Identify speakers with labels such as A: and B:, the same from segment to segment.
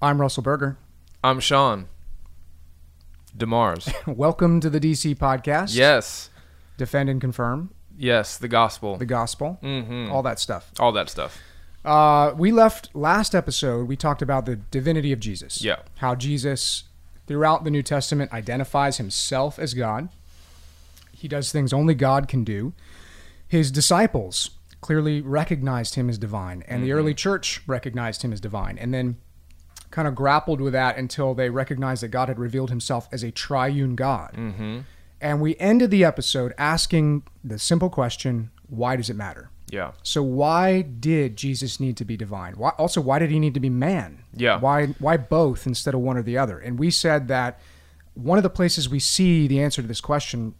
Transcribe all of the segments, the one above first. A: I'm Russell Berger.
B: I'm Sean. DeMars.
A: Welcome to the DC podcast.
B: yes.
A: Defend and confirm
B: Yes, the gospel.
A: the gospel,
B: mm-hmm.
A: all that stuff.
B: All that stuff.
A: Uh, we left last episode, we talked about the divinity of Jesus.
B: Yeah.
A: How Jesus, throughout the New Testament, identifies himself as God. He does things only God can do. His disciples clearly recognized him as divine, and the early church recognized him as divine, and then kind of grappled with that until they recognized that God had revealed himself as a triune God.
B: Mm-hmm.
A: And we ended the episode asking the simple question why does it matter?
B: Yeah.
A: So why did Jesus need to be divine? Why, also, why did he need to be man?
B: Yeah.
A: Why why both instead of one or the other? And we said that one of the places we see the answer to this question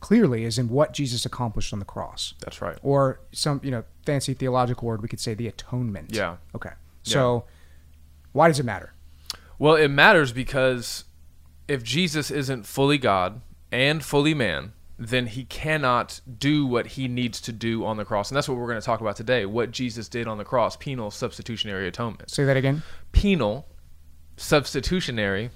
A: clearly is in what Jesus accomplished on the cross,
B: That's right.
A: or some you know fancy theological word we could say the atonement.
B: Yeah.
A: Okay. So why does it matter?
B: Well, it matters because if Jesus isn't fully God and fully man, then he cannot do what he needs to do on the cross. And that's what we're going to talk about today what Jesus did on the cross penal substitutionary atonement.
A: Say that again.
B: penal substitutionary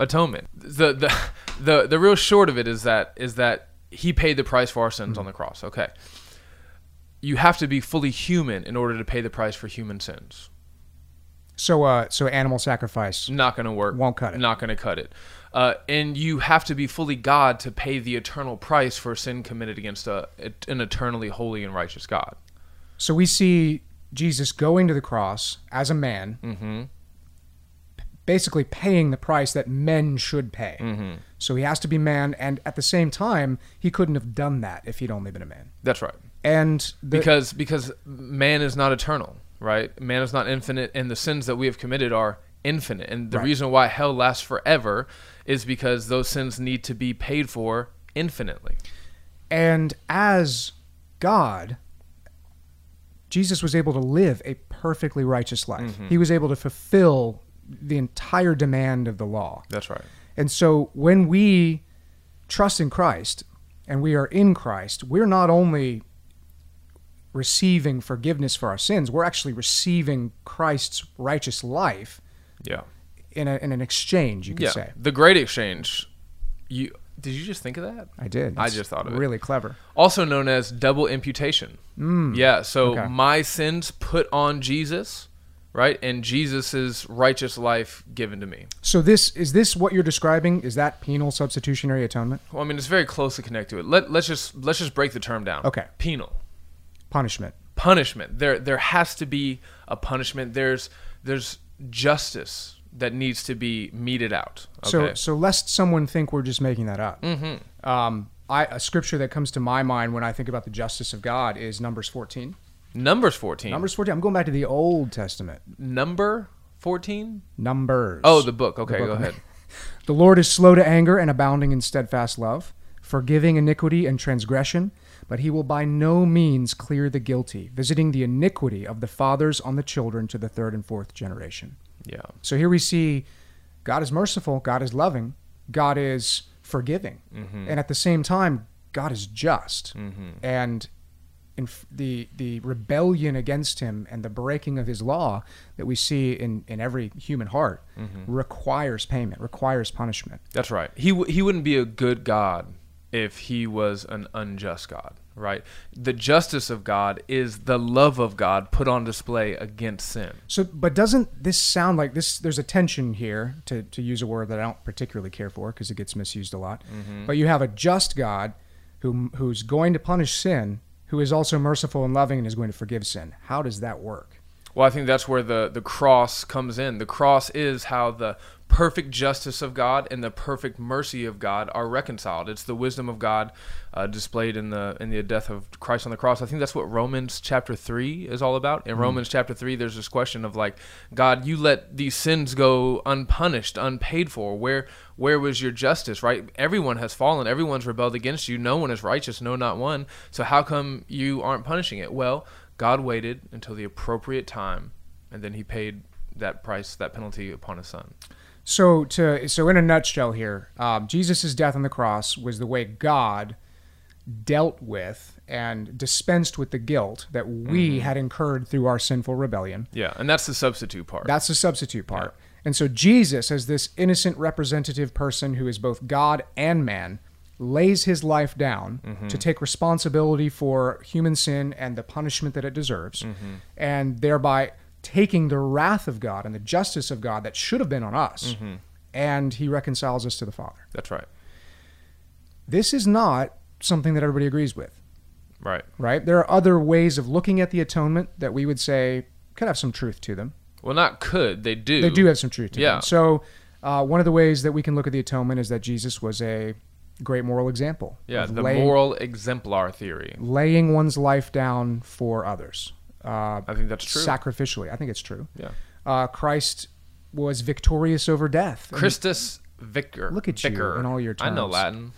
B: atonement. The the the the real short of it is that is that he paid the price for our sins on the cross. Okay. You have to be fully human in order to pay the price for human sins.
A: So uh, so animal sacrifice
B: Not going to work.
A: Won't cut it.
B: Not going to cut it. Uh, and you have to be fully God to pay the eternal price for sin committed against a, an eternally holy and righteous God.
A: So we see Jesus going to the cross as a man,
B: Mm-hmm.
A: basically paying the price that men should pay.
B: Mm. Mm-hmm.
A: So he has to be man, and at the same time, he couldn't have done that if he'd only been a man.
B: That's right.
A: And the,
B: because because man is not eternal, right? Man is not infinite, and the sins that we have committed are infinite. And the
A: Right.
B: reason why hell lasts forever is because those sins need to be paid for infinitely.
A: and as God, Jesus was able to live a perfectly righteous life. He was able to fulfill the entire demand of the law.
B: That's right.
A: And so when we trust in Christ and we are in Christ, we're not only receiving forgiveness for our sins, we're actually receiving Christ's righteous life
B: Yeah.
A: in, a, in an exchange, you could
B: yeah.
A: say.
B: The great exchange. You did you just think of that?
A: I did.
B: I
A: That's
B: just thought of it.
A: Really clever.
B: Also known as double imputation.
A: Mm.
B: Yeah, so
A: Okay.
B: my sins put on Jesus, right? And Jesus's righteous life given to me.
A: So this is this what you're describing? Is that penal substitutionary atonement?
B: Well, I mean, it's very closely connected to it. Let, let's just let's just break the term down.
A: Okay.
B: Penal.
A: Punishment.
B: punishment. There there has to be a punishment. There's there's justice that needs to be meted out.
A: So
B: Okay.
A: so lest someone think we're just making that up.
B: Mhm.
A: Um, I, a scripture that comes to my mind when I think about the justice of God is Numbers 14.
B: Numbers 14.
A: Numbers 14. I'm going back to the Old Testament.
B: Number 14?
A: Numbers.
B: Oh, the book. Okay,
A: book
B: go
A: of-
B: ahead.
A: The Lord is slow to anger and abounding in steadfast love, forgiving iniquity and transgression, but he will by no means clear the guilty, visiting the iniquity of the fathers on the children to the third and fourth generation.
B: Yeah.
A: So here we see God is merciful, God is loving, God is forgiving,
B: Mm-hmm. Mm.
A: and at the same time, God is just. And in f- the the rebellion against Him and the breaking of His law that we see in in every human heart requires payment, requires punishment.
B: That's right. He w- he wouldn't be a good God if he was an unjust God, right? The justice of God is the love of God put on display against sin.
A: So, but doesn't this sound like this? There's a tension here, to, to use a word that I don't particularly care for because it gets misused a lot. But you have a just God who, who's going to punish sin, who is also merciful and loving and is going to forgive sin. How does that work?
B: Well, I think that's where the, the cross comes in. The cross is how the perfect justice of God and the perfect mercy of God are reconciled. It's the wisdom of God uh, displayed in the in the death of Christ on the cross. I think that's what Romans chapter three is all about. In Romans chapter three, there's this question of like, God, you let these sins go unpunished, unpaid for. Where where was your justice? Right? Everyone has fallen. Everyone's rebelled against you. No one is righteous. No, not one. So how come you aren't punishing it? Well. God waited until the appropriate time, and then he paid that price, that penalty upon his son.
A: So, to so in a nutshell, here, um, Jesus' death on the cross was the way God dealt with and dispensed with the guilt that we had incurred through our sinful rebellion.
B: Yeah, and that's the substitute part.
A: That's the substitute part. And so Jesus, as this innocent representative person who is both God and man, lays his life down
B: Mm-hmm.
A: to take responsibility for human sin and the punishment that it deserves,
B: Mm-hmm.
A: and thereby taking the wrath of God and the justice of God that should have been on us,
B: Mm-hmm.
A: and he reconciles us to the Father.
B: that's right.
A: This is not something that everybody agrees with
B: Right.
A: right? There are other ways of looking at the atonement that we would say could have some truth to them.
B: Well, not could they do?
A: They do have some truth to
B: Yeah.
A: them. So, uh, one of the ways that we can look at the atonement is that Jesus was a great moral example.
B: Yeah,
A: of
B: the
A: laying,
B: moral exemplar theory.
A: laying one's life down for others uh,
B: I think that's true.
A: sacrificially. I think it's true.
B: Yeah.
A: Uh, Christ was victorious over death. And-
B: Christus Vicar.
A: Look at you
B: Vicar.
A: and all your
B: I know
A: terms.
B: Latin.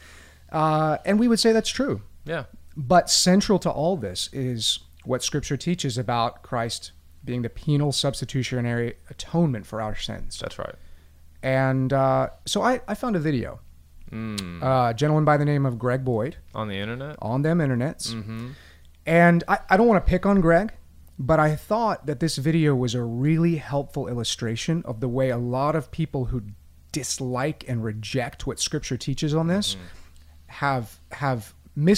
A: uh, and we would say that's true.
B: Yeah.
A: But central to all this is what Scripture teaches about Christ being the penal substitutionary atonement for our sins.
B: That's right.
A: And uh, so I, I found a video.
B: Mm.
A: Uh, a gentleman by the name of Greg Boyd
B: On the internet.
A: on them internets.
B: Mm-hmm.
A: And I, I don't want to pick on Greg, but I thought that this video was a really helpful illustration of the way a lot of people who dislike and reject what Scripture teaches on this have have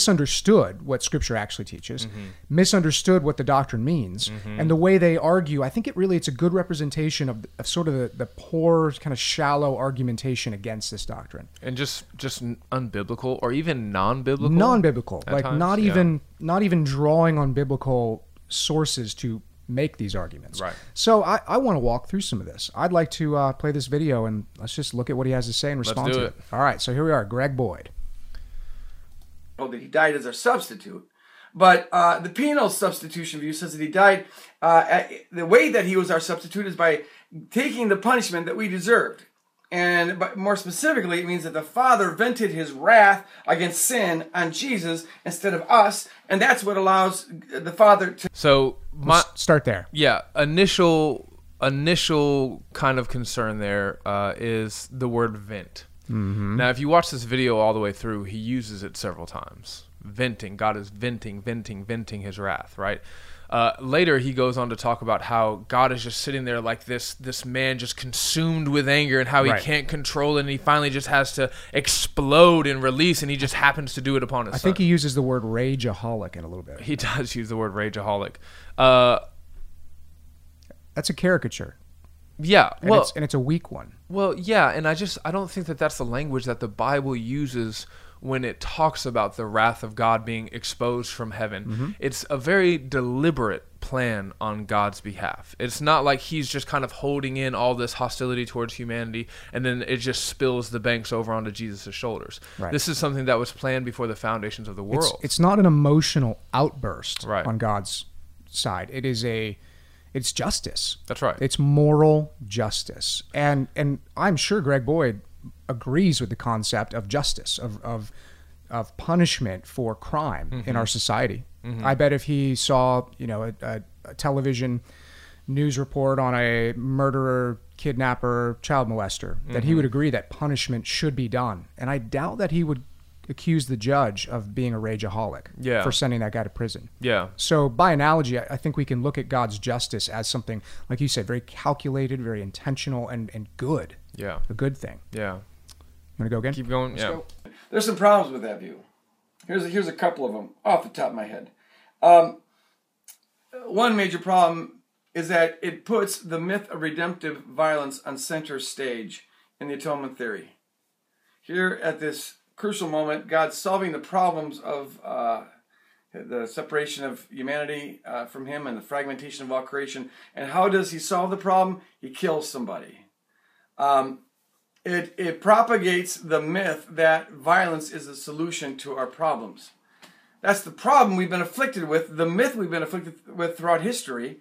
A: misunderstood what Scripture actually teaches, misunderstood what the doctrine means, and the way they argue. I think it really it's a good representation of, of sort of the, the poor kind of shallow argumentation against this doctrine.
B: And just just n- unbiblical or even non-biblical.
A: non-biblical
B: at
A: like
B: times,
A: not
B: yeah.
A: even not even drawing on biblical sources to make these arguments
B: Right.
A: so i, I want to walk through some of this i'd like to uh, play this video and let's just look at what he has to say and respond
B: do
A: to
B: it.
A: it all right so here we are greg boyd
C: well, that he died as our substitute. But uh, the penal substitution view says that he died. Uh, at, the way that he was our substitute is by taking the punishment that we deserved, and but more specifically, it means that the Father vented His wrath against sin on Jesus instead of us, and that's what allows the Father to
B: So my
A: S- start there
B: yeah initial initial kind of concern there uh, is the word vent.
A: Mm-hmm.
B: Now, if you watch this video all the way through, he uses it several times. Venting, God is venting, venting, venting His wrath. Right. Uh, later, he goes on to talk about how God is just sitting there like this, this man just consumed with anger and how he
A: Right.
B: can't control it, and he finally just has to explode and release, and he just happens to do it upon his
A: i
B: son.
A: think he uses the word rageaholic in a little bit
B: he does use the word rageaholic. Uh,
A: that's a caricature
B: yeah,
A: and,
B: well,
A: it's, and it's a weak one
B: well, yeah, and I just I don't think that that's the language that the Bible uses when it talks about the wrath of God being exposed from heaven.
A: Mm-hmm.
B: It's a very deliberate plan on God's behalf. It's not like he's just kind of holding in all this hostility towards humanity and then it just spills the banks over onto Jesus' shoulders.
A: Right.
B: This is something that was planned before the foundations of the
A: it's,
B: world.
A: it's not an emotional outburst
B: Right.
A: on god's side it is a it's justice
B: that's right.
A: It's moral justice. And and I'm sure Greg Boyd agrees with the concept of justice, of of of punishment for crime
B: Mm-hmm.
A: in our society. I bet if he saw, you know, a, a, a television news report on a murderer, kidnapper, child molester, that
B: Mm-hmm.
A: he would agree that punishment should be done. And I doubt that he would accuse the judge of being a rageaholic
B: Yeah.
A: for sending that guy to prison.
B: yeah.
A: So, by analogy, I I think we can look at God's justice as something, like you said, very calculated, very intentional, and, and good,
B: Yeah.
A: a good thing.
B: Yeah.
A: You want to go again?
B: Keep going. yeah.
C: go. There's some problems with that view. Here's a, here's a couple of them off the top of my head. Um, one major problem is that it puts the myth of redemptive violence on center stage in the atonement theory. Here at this crucial moment, God's solving the problems of uh, the separation of humanity uh, from Him and the fragmentation of all creation. And how does He solve the problem? He kills somebody. Um, it, it propagates the myth that violence is the solution to our problems. That's the problem we've been afflicted with, the myth we've been afflicted with throughout history.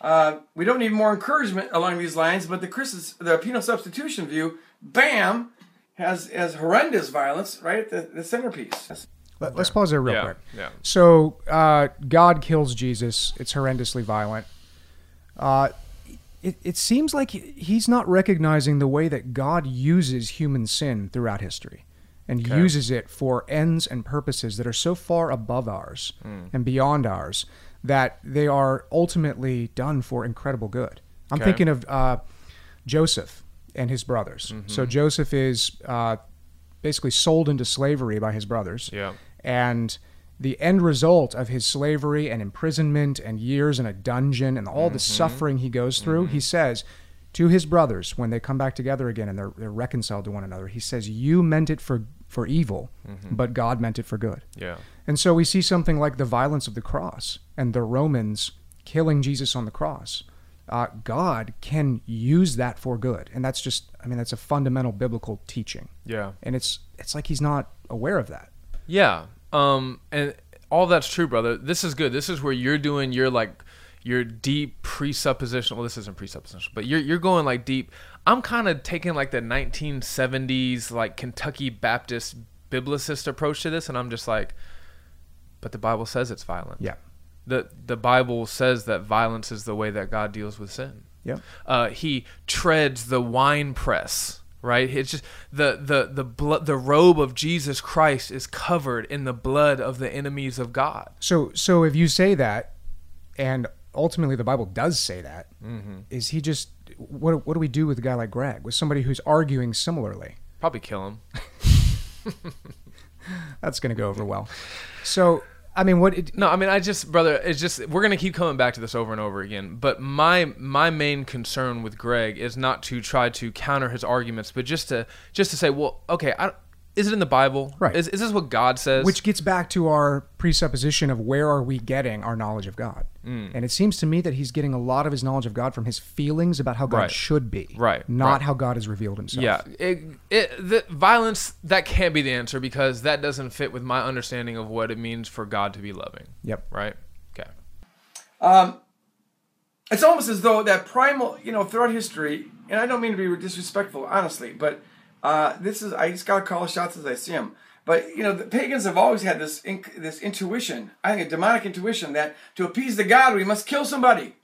C: Uh, we don't need more encouragement along these lines, but the Christus, the penal substitution view, bam, has, has horrendous violence right at the, the centerpiece.
A: Let, us pause there real
B: Yeah,
A: quick.
B: yeah.
A: So, uh, God kills Jesus. It's horrendously violent. Uh, it, it seems like he- he's not recognizing the way that God uses human sin throughout history. and uses it for ends and purposes that are so far above ours
B: Hmm.
A: and beyond ours that they are ultimately done for incredible good. I'm
B: Okay.
A: thinking of uh, Joseph and his brothers.
B: Mm-hmm.
A: So Joseph is uh, basically sold into slavery by his brothers.
B: Yeah.
A: And the end result of his slavery and imprisonment and years in a dungeon and all the suffering he goes through, he says to his brothers when they come back together again and they're, they're reconciled to one another, he says, You meant it for, for evil, but God meant it for good.
B: Yeah.
A: And so we see something like the violence of the cross and the Romans killing Jesus on the cross. Uh, God can use that for good, and that's just—I mean—that's a fundamental biblical teaching,
B: Yeah.
A: and it's—it's like he's not aware of that.
B: Yeah. Um and all that's true, brother. This is good. This is where you're doing your like your deep presupposition. Well, this isn't presupposition, but you're you're going like deep. I'm kind of taking like the 1970s like Kentucky Baptist biblicist approach to this and I'm just like but the Bible says it's violent.
A: Yeah.
B: The the Bible says that violence is the way that God deals with sin.
A: Yep.
B: Uh, he treads the wine press, right? It's just the the the blood the robe of Jesus Christ is covered in the blood of the enemies of God.
A: So, so if you say that, and ultimately the Bible does say that, is
B: Mm-hmm.
A: he just what? What do we do with a guy like Greg, with somebody who's arguing similarly?
B: Probably kill him.
A: That's going to go over well. So, I mean, what? It,
B: No, I mean I just brother, it's just we're gonna keep coming back to this over and over again. But my my main concern with Greg is not to try to counter his arguments, but just to just to say, well, okay, I, is it in the Bible?
A: Right.
B: Is, is this what God says?
A: which gets back to our presupposition of where are we getting our knowledge of God?
B: Mm.
A: And it seems to me that he's getting a lot of his knowledge of God from his feelings about how God
B: Right.
A: should be,
B: Right,
A: Not
B: right.
A: how God has revealed Himself.
B: Yeah, it, it, the violence that can't be the answer because that doesn't fit with my understanding of what it means for God to be loving.
A: Yep.
B: Right. Okay.
C: it's almost as though that primal, you know, throughout history, and I don't mean to be disrespectful, honestly, but uh, this is, I just got to call the shots as I see them. But, you know, the pagans have always had this, in, this intuition, I think a demonic intuition, that to appease the god, we must kill somebody.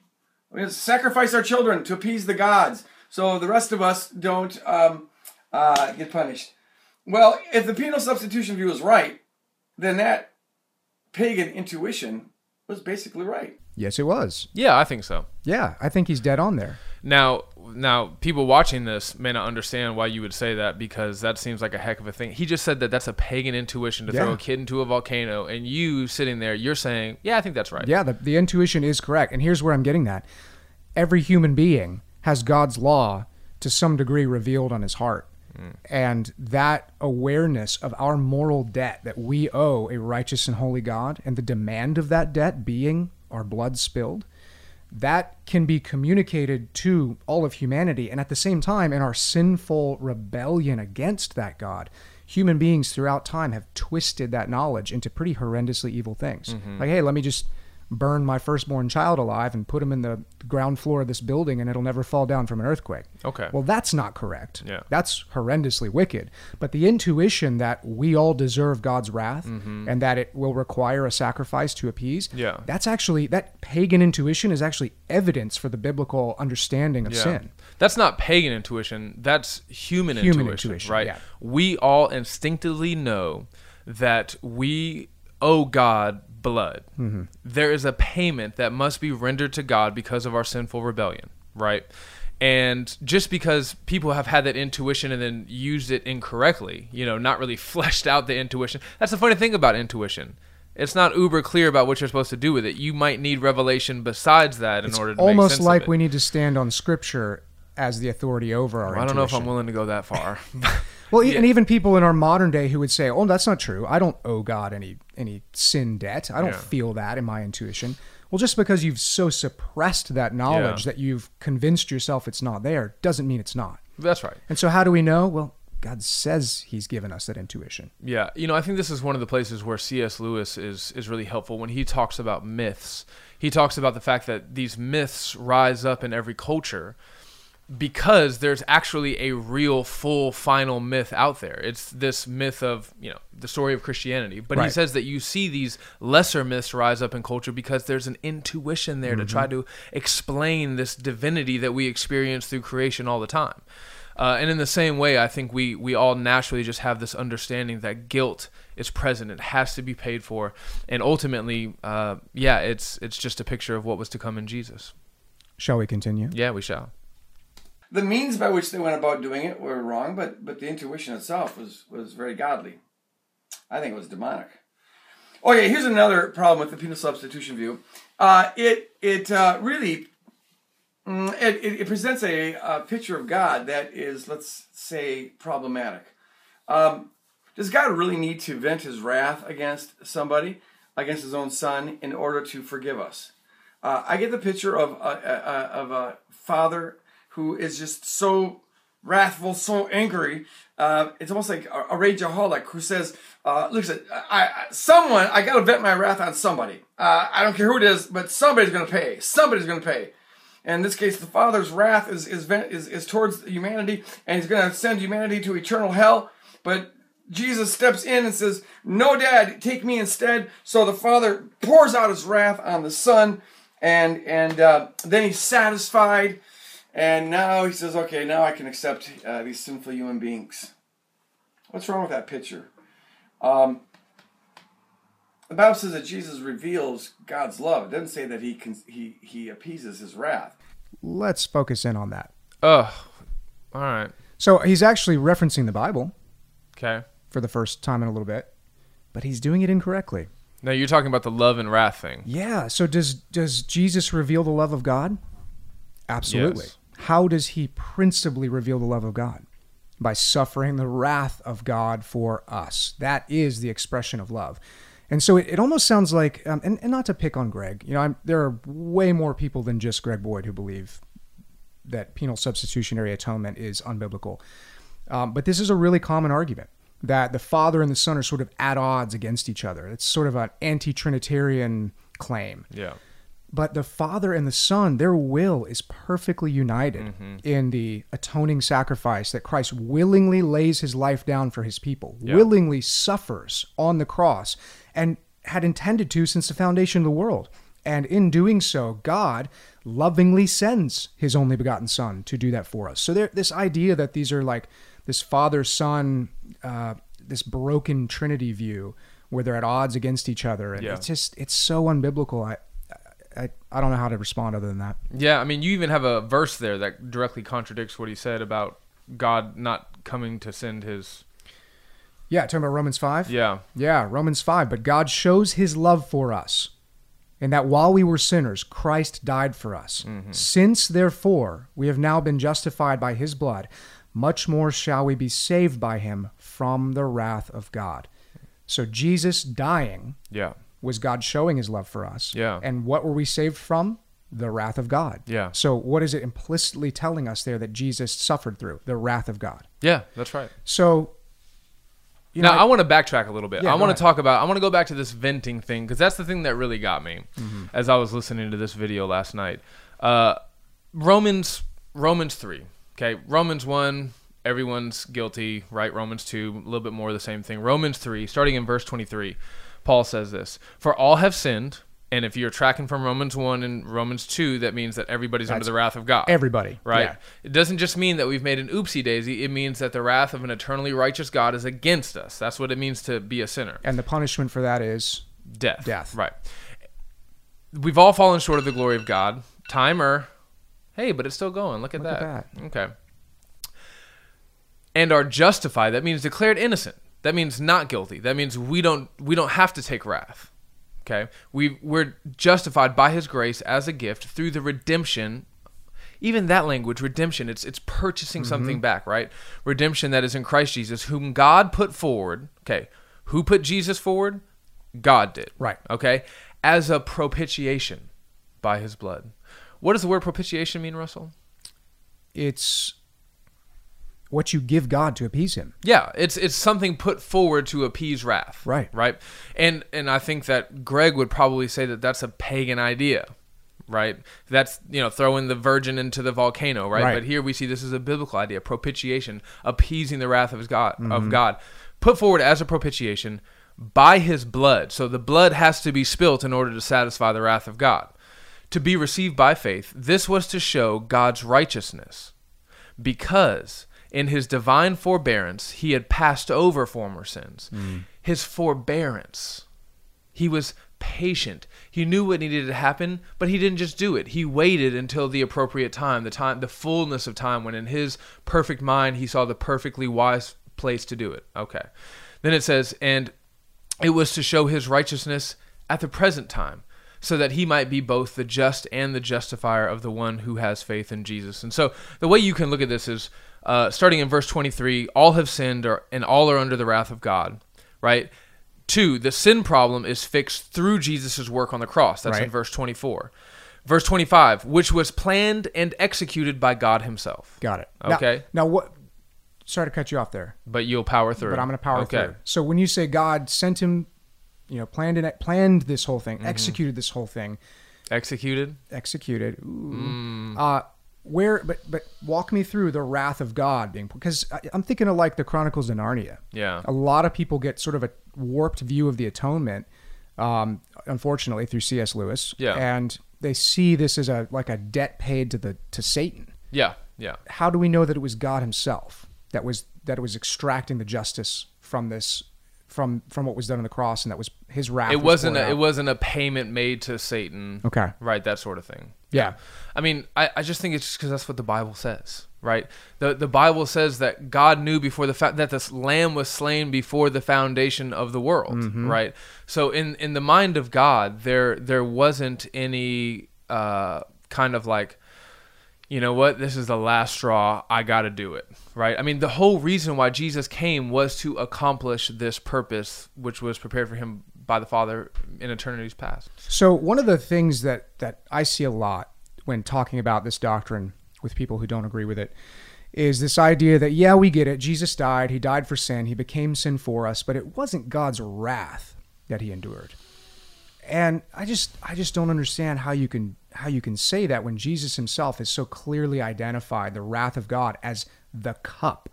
C: We must sacrifice our children to appease the gods so the rest of us don't um, uh, get punished. Well, if the penal substitution view is right, then that pagan intuition was basically right.
A: Yes, it was.
B: Yeah, I think so.
A: Yeah, I think he's dead on there.
B: Now, now people watching this may not understand why you would say that because that seems like a heck of a thing. He just said that that's a pagan intuition to throw
A: Yeah.
B: a kid into a volcano, and you sitting there, you're saying, yeah, I think that's right.
A: Yeah, the, the intuition is correct. And here's where I'm getting that. Every human being has God's law to some degree revealed on his heart. And that awareness of our moral debt that we owe a righteous and holy God and the demand of that debt being our blood spilled, that can be communicated to all of humanity. And at the same time, in our sinful rebellion against that God, human beings throughout time have twisted that knowledge into pretty horrendously evil things. Like, hey, let me just burn my firstborn child alive and put him in the ground floor of this building and it'll never fall down from an earthquake.
B: Okay.
A: Well, that's not correct.
B: Yeah.
A: That's horrendously wicked. But the intuition that we all deserve God's wrath and that it will require a sacrifice to appease,
B: Mm-hmm. Yeah.
A: that's actually that pagan intuition is actually evidence for the biblical understanding of
B: Yeah.
A: sin.
B: That's not pagan intuition. That's human,
A: Human
B: intuition,
A: intuition,
B: right?
A: yeah.
B: We all instinctively know that we owe God blood.
A: Mm-hmm.
B: There is a payment that must be rendered to God because of our sinful rebellion, right? And just because people have had that intuition and then used it incorrectly, you know, not really fleshed out the intuition. That's the funny thing about intuition. It's not uber clear about what you're supposed to do with it. You might need revelation besides that in order to make
A: Almost
B: sense
A: like
B: of it.
A: we need to stand on scripture as the authority over our
B: I don't know if
A: intuition.
B: I'm willing to go that far.
A: Well, e and even people in our modern day who would say, "Oh, that's not true. I don't owe God any any sin debt. I don't
B: Yeah.
A: feel that in my intuition." Well, just because you've so suppressed that knowledge
B: Yeah.
A: that you've convinced yourself it's not there doesn't mean it's not.
B: That's right.
A: And so, how do we know? Well, God says He's given us that intuition.
B: Yeah, you know, I think this is one of the places where C.S. Lewis is is really helpful when he talks about myths. He talks about the fact that these myths rise up in every culture, because there's actually a real full final myth out there. It's this myth of, you know, the story of Christianity. But he
A: Right.
B: says that you see these lesser myths rise up in culture because there's an intuition there to try to explain this divinity that we experience through creation all the time. Uh, and in the same way, I think we we all naturally just have this understanding that guilt is present; it has to be paid for, and ultimately, uh, yeah, it's it's just a picture of what was to come in Jesus.
A: Shall we continue?
B: Yeah, we shall.
C: The means by which they went about doing it were wrong, but but the intuition itself was was very godly. I think it was demonic. Okay, here's another problem with the penal substitution view. Uh, it it uh, really mm, it, it, it presents a, uh picture of God that is, let's say, problematic. Um, does God really need to vent His wrath against somebody, against His own Son, in order to forgive us? Uh, I get the picture of a, a, a- of a father who is just so wrathful, so angry. Uh, it's almost like a, a rageaholic who says, uh, "Looks at I, I, someone. I got to vent my wrath on somebody. Uh, I don't care who it is, but somebody's going to pay. Somebody's going to pay." And in this case, the Father's wrath is is, vent, is is towards humanity, and He's going to send humanity to eternal hell. But Jesus steps in and says, No, Dad, take me instead. So the father pours out his wrath on the son, and and uh, then he's satisfied, and now he says, Okay, now I can accept uh, these sinful human beings. What's wrong with that picture? Um, the Bible says that Jesus reveals God's love. It doesn't say that he can, he he appeases his wrath.
A: Let's focus in on that.
B: Ugh. All right.
A: So he's actually referencing the Bible
B: Okay.
A: for the first time in a little bit, but he's doing it incorrectly.
B: Now you're talking about the love and wrath thing.
A: Yeah. So does does Jesus reveal the love of God? Absolutely.
B: Yes.
A: How does he principally reveal the love of God? By suffering the wrath of God for us. That is the expression of love. And so it, it almost sounds like, um, and, and not to pick on Greg, you know, I'm, there are way more people than just Greg Boyd who believe that penal substitutionary atonement is unbiblical. Um, but this is a really common argument that the Father and the Son are sort of at odds against each other. It's sort of an anti Trinitarian claim.
B: Yeah.
A: But the Father and the Son, their will is perfectly united in the atoning sacrifice that Christ willingly lays his life down for his people, willingly suffers on the cross, and had intended to since the foundation of the world. And in doing so, God lovingly sends his only begotten Son to do that for us. So, there, this idea that these are like this Father Son, uh, this broken Trinity view where they're at odds against each other, and
B: Yeah.
A: it's just, it's so unbiblical. I, I, I don't know how to respond other than that.
B: Yeah. I mean, you even have a verse there that directly contradicts what he said about God not coming to send his.
A: Yeah, talking about Romans 5?
B: Yeah.
A: Yeah, Romans 5. But God shows his love for us, and that while we were sinners, Christ died for us.
B: Mm-hmm.
A: Since, therefore, we have now been justified by his blood, much more shall we be saved by him from the wrath of God. So Jesus dying
B: Yeah.
A: was God showing his love for us.
B: Yeah.
A: And what were we saved from? The wrath of God.
B: Yeah.
A: So, what is it implicitly telling us there that Jesus suffered through? The wrath of God.
B: Yeah. That's right.
A: So, you
B: now
A: know,
B: I want to backtrack a little bit.
A: Yeah,
B: I
A: go
B: want
A: ahead.
B: to talk about. I want to go back to this venting thing because that's the thing that really got me
A: Mm-hmm.
B: as I was listening to this video last night. Uh, Romans Romans three. Okay, Romans one. Everyone's guilty, right? Romans two. A little bit more of the same thing. Romans three, starting in verse twenty three. Paul says this: For all have sinned. And if you're tracking from Romans 1 and Romans 2, that means that everybody's under
A: That's
B: the wrath of God
A: everybody.
B: right?
A: Yeah.
B: It doesn't just mean that we've made an oopsie daisy. It means that the wrath of an eternally righteous God is against us. That's what it means to be a sinner.
A: And the punishment for that is
B: Death.
A: Death.
B: Right. We've all fallen short of the glory of God. Timer. Hey, but it's still going. Look at,
A: Look at
B: that. Okay. And are justified. That means declared innocent. That means not guilty. That means we don't we don't have to take wrath. Okay? We we're justified by his grace as a gift through the redemption even that language redemption it's it's purchasing something back right redemption that is in christ jesus whom god put forward okay who put jesus forward god did
A: Right.
B: okay as a propitiation by his blood what does the word propitiation mean russell
A: it's what you give God to appease him.
B: Yeah, it's it's something put forward to appease wrath.
A: Right.
B: Right. And and I think that Greg would probably say that that's a pagan idea. right? That's you know throwing the virgin into the volcano, right?
A: Right.
B: But here we see this is a biblical idea: propitiation, appeasing the wrath of his God, of God, put forward as a propitiation by His blood. So the blood has to be spilt in order to satisfy the wrath of God. To be received by faith, this was to show God's righteousness, because in His divine forbearance He had passed over former sins. His forbearance. He was patient. He knew what needed to happen, but he didn't just do it. He waited until the appropriate time, the time, the fullness of time when in his perfect mind he saw the perfectly wise place to do it. Okay. Then it says, and it was to show his righteousness at the present time, so that he might be both the just and the justifier of the one who has faith in Jesus. And so the way you can look at this is uh, starting in verse 23 all have sinned or, and all are under the wrath of God, right? Two, the sin problem is fixed through Jesus' work on the cross. That's in
A: Right.
B: verse 24. Verse 25, which was planned and executed by God Himself.
A: Got it. Now-
B: Okay.
A: Now, what? Sorry to cut you off there,
B: But you'll power through.
A: but I'm going to power
B: okay.
A: through. So when you say God sent him, you know, planned and planned this whole thing, executed this whole thing,
B: Executed.
A: executed. Ooh. Uh, where? But but walk me through the wrath of God being because I, I'm thinking of like the Chronicles of Narnia.
B: Yeah.
A: a lot of people get sort of a warped view of the atonement, um, unfortunately through C.S. Lewis.
B: Yeah.
A: and they see this as a like a debt paid to the to Satan.
B: Yeah. Yeah.
A: How do we know that it was God Himself that was that was extracting the justice from this? From from what was done on the cross, and that was his wrath.
B: It
A: was
B: wasn't.
A: poured
B: A, it
A: out.
B: wasn't a payment made to Satan.
A: Okay.
B: Right. That sort of thing.
A: Yeah.
B: I mean, I, I just think it's just because that's what the Bible says, right? The the Bible says that God knew before the fact that this lamb was slain before the foundation of the world, right? So in in the mind of God, there there wasn't any uh, kind of like you know what? This is the last straw. I got to do it. Right? I mean, the whole reason why Jesus came was to accomplish this purpose, which was prepared for him by the Father in eternity's past.
A: So one of the things that that I see a lot when talking about this doctrine with people who don't agree with it is this idea that yeah, we get it. Jesus died, he died for sin, he became sin for us, but it wasn't God's wrath that he endured. And I just I just don't understand how you can how you can say that when Jesus himself has so clearly identified the wrath of God as the cup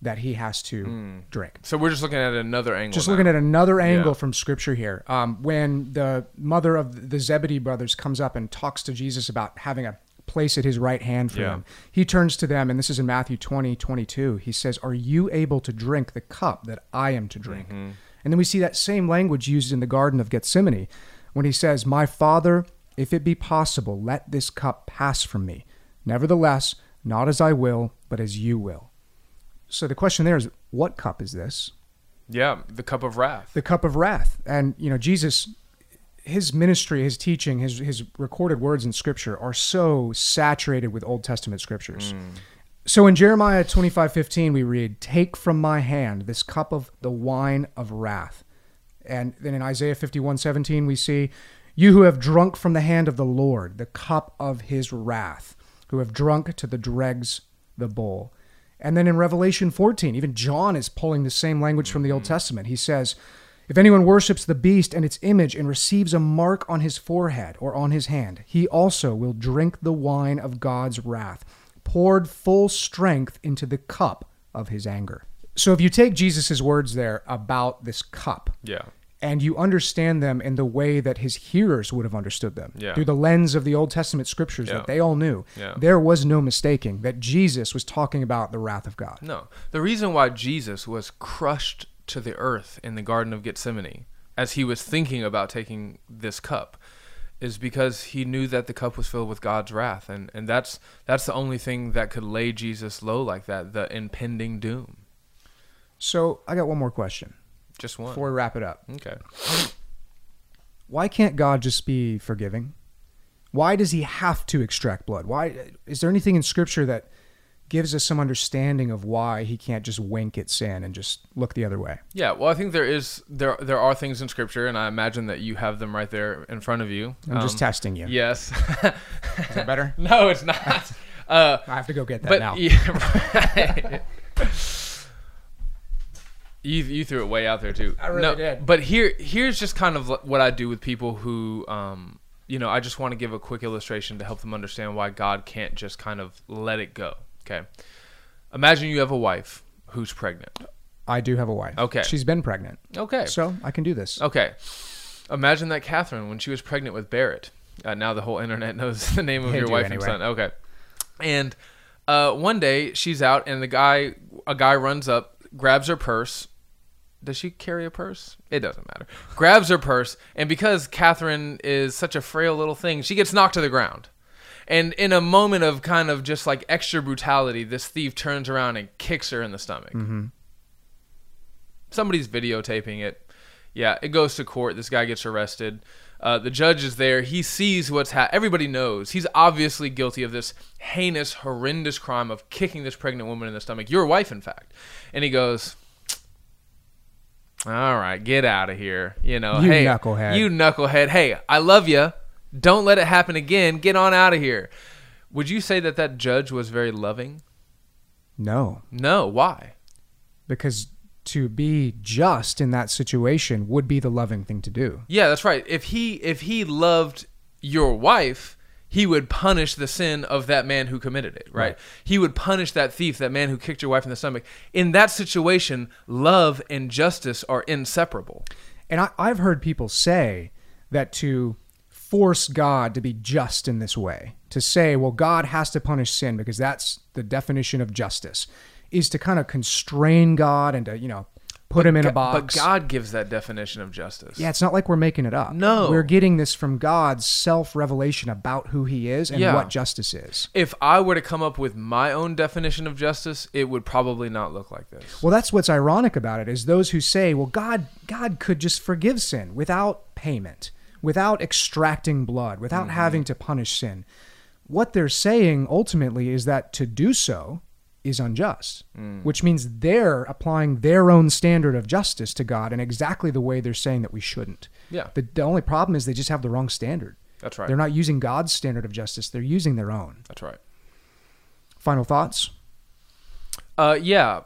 A: that he has to drink
B: So we're just looking at another angle.
A: just
B: now.
A: looking at another angle
B: Yeah.
A: from scripture here um, when the mother of the zebedee brothers comes up and talks to jesus about having a place at his right hand for
B: Yeah.
A: them he turns to them and this is in matthew 20 22 he says are you able to drink the cup that i am to drink
B: Mm-hmm.
A: and then we see that same language used in the garden of gethsemane when he says my father if it be possible let this cup pass from me nevertheless not as i will but as you will so the question there is what cup is this
B: Yeah, the cup of wrath.
A: the cup of wrath. And you know, Jesus, his ministry, his teaching, his his recorded words in Scripture are so saturated with Old Testament scriptures. So in Jeremiah twenty five fifteen, we read, "Take from my hand this cup of the wine of wrath." And then in Isaiah fifty one seventeen, we see, "You who have drunk from the hand of the Lord the cup of His wrath, who have drunk to the dregs the bowl." And then in Revelation 14, even John is pulling the same language from the Old Testament. He says, If anyone worships the beast and its image and receives a mark on his forehead or on his hand, he also will drink the wine of God's wrath, poured full strength into the cup of his anger. So if you take Jesus' words there about this cup,
B: Yeah.
A: and you understand them in the way that his hearers would have understood them
B: Yeah.
A: through the lens of the Old Testament scriptures
B: Yeah.
A: that they all knew.
B: Yeah.
A: There was no mistaking that Jesus was talking about the wrath of God.
B: No. The reason why Jesus was crushed to the earth in the Garden of Gethsemane as he was thinking about taking this cup is because he knew that the cup was filled with God's wrath and, and that's that's the only thing that could lay Jesus low like that, the impending doom.
A: So I got one more question
B: Just one.
A: before we wrap it up.
B: Okay.
A: Why can't God just be forgiving? Why does he have to extract blood? Why is there anything in scripture that gives us some understanding of why he can't just wink at sin and just look the other way?
B: Yeah, well I think there is there there are things in scripture and I imagine that you have them right there in front of you.
A: I'm just
B: Um,
A: testing you.
B: Yes.
A: Is that better?
B: no, it's not. Uh
A: I have to go get that now.
B: Yeah, right. you you threw it way out there too.
A: I really
B: no,
A: did.
B: But here here's just kind of what I do with people who um you know, I just want to give a quick illustration to help them understand why God can't just kind of let it go. Okay. Imagine you have a wife who's pregnant.
A: I do have a wife.
B: Okay.
A: She's been pregnant.
B: Okay.
A: So I can do this.
B: Okay. Imagine that Catherine, when she was pregnant with Barrett, uh, now the whole internet knows the name of
A: They
B: your
A: do
B: wife and
A: anyway.
B: son. Okay. And uh, one day she's out, and the guy, a guy runs up, grabs her purse. Does she carry a purse? It doesn't matter. Grabs her purse, and because Catherine is such a frail little thing, she gets knocked to the ground. And in a moment of kind of just like extra brutality, this thief turns around and kicks her in the stomach somebody's videotaping it. Yeah, it goes to court. This guy gets arrested. Uh, the judge is there. He sees what's happened. Everybody knows he's obviously guilty of this heinous, horrendous crime of kicking this pregnant woman in the stomach. Your wife, in fact. And he goes, "All right, get out of here. You know,
A: You
B: hey,
A: knucklehead.
B: you knucklehead. Hey, I love you. Don't let it happen again. Get on out of here." Would you say that that judge was very loving?
A: No,
B: No. Why?
A: because to be just in that situation would be the loving thing to do.
B: Yeah, that's right. If he if he loved your wife, he would punish the sin of that man who committed it, right? He would punish that thief, that man who kicked your wife in the stomach. In that situation, love and justice are inseparable.
A: And I, I've heard people say that to force God to be just in this way, to say, well, God has to punish sin because that's the definition of justice, is to kind of constrain God and to, you know, put him in a
B: Go-
A: box.
B: But God gives that definition of justice.
A: yeah, it's not like we're making it up.
B: No.
A: We're getting this from God's self revelation about who he is and
B: Yeah.
A: what justice is.
B: If I were to come up with my own definition of justice, it would probably not look like this.
A: Well, that's what's ironic about it is those who say, "Well, God, God could just forgive sin without payment, without extracting blood, without
B: Mm-hmm.
A: having to punish sin." What they're saying ultimately is that to do so is unjust,
B: Mm.
A: which means they're applying their own standard of justice to God in exactly the way they're saying that we shouldn't.
B: Yeah.
A: The, the only problem is they just have the wrong standard.
B: That's right.
A: They're not using God's standard of justice; they're using their own.
B: That's right.
A: Final thoughts?
B: Uh, yeah.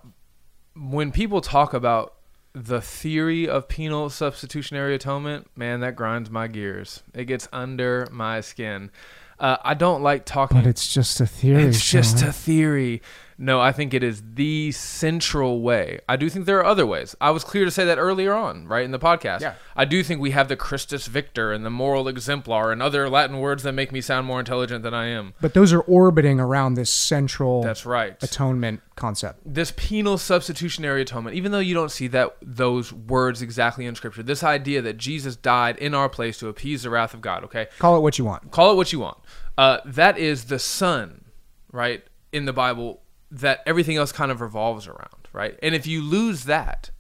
B: When people talk about the theory of penal substitutionary atonement, man, that grinds my gears. It gets under my skin. Uh, I don't like talking.
A: But it's just a theory.
B: It's just a theory. No, I think it is the central way. I do think there are other ways. I was clear to say that earlier on, right, in the podcast.
A: Yeah.
B: I do think we have the Christus Victor and the moral exemplar and other Latin words that make me sound more intelligent than I am.
A: But those are orbiting around this central
B: That's right.
A: atonement concept.
B: this penal substitutionary atonement, even though you don't see that those words exactly in scripture, this idea that Jesus died in our place to appease the wrath of God, okay?
A: Call it what you want.
B: Call it what you want. Uh, that is the son, right, in the Bible that everything else kind of revolves around, right? And if you lose that,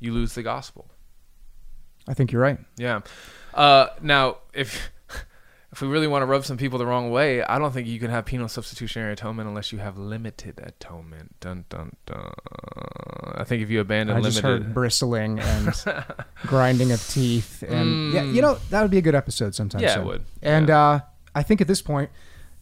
B: you lose the gospel.
A: I think you're right.
B: Yeah. Uh, now, if if we really want to rub some people the wrong way, I don't think you can have penal substitutionary atonement unless you have limited atonement. Dun dun dun. I think if you abandon
A: I
B: limited,
A: just heard bristling and grinding of teeth, and yeah, you know that would be a good episode sometime.
B: Mm. Yeah, it
A: soon.
B: would.
A: And uh, I think at this point,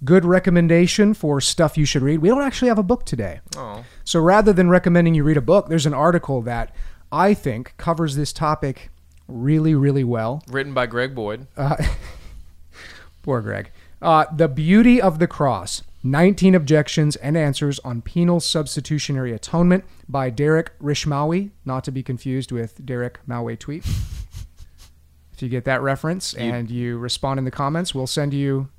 A: good recommendation for stuff you should read. We don't actually have a book today,
B: oh,
A: so rather than recommending you read a book, there's an article that I think covers this topic really, really well.
B: written by Greg Boyd.
A: Uh, Poor Greg. Uh, the Beauty of the Cross 19 Objections and Answers on Penal Substitutionary Atonement by Derek Rishmawi, not to be confused with Derek Maui Tweet. if you get that reference and you respond in the comments, we'll send you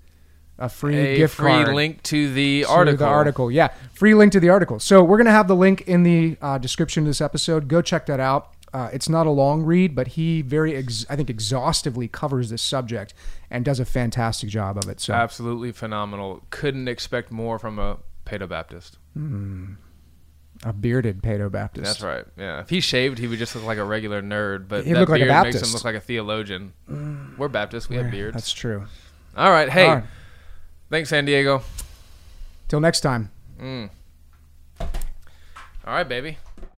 A: a free
B: a
A: gift
B: free
A: card
B: link to the
A: to
B: article.
A: The article, yeah, free link to the article. So we're gonna have the link in the uh, description of this episode. Go check that out. Uh, it's not a long read, but he very, ex- I think, exhaustively covers this subject and does a fantastic job of it. So
B: Uh, Absolutely phenomenal. Couldn't expect more from a Pedo Baptist.
A: a bearded Pado Baptist.
B: That's right. Yeah. If he shaved, he would just look like a regular nerd. But
A: He'd
B: that
A: look like a
B: beard makes him
A: Baptist.
B: look like a theologian. We're Baptists. We have beards.
A: That's true.
B: All right. Hey.
A: All right.
B: Thanks, San Diego.
A: Till next time.
B: All right, baby.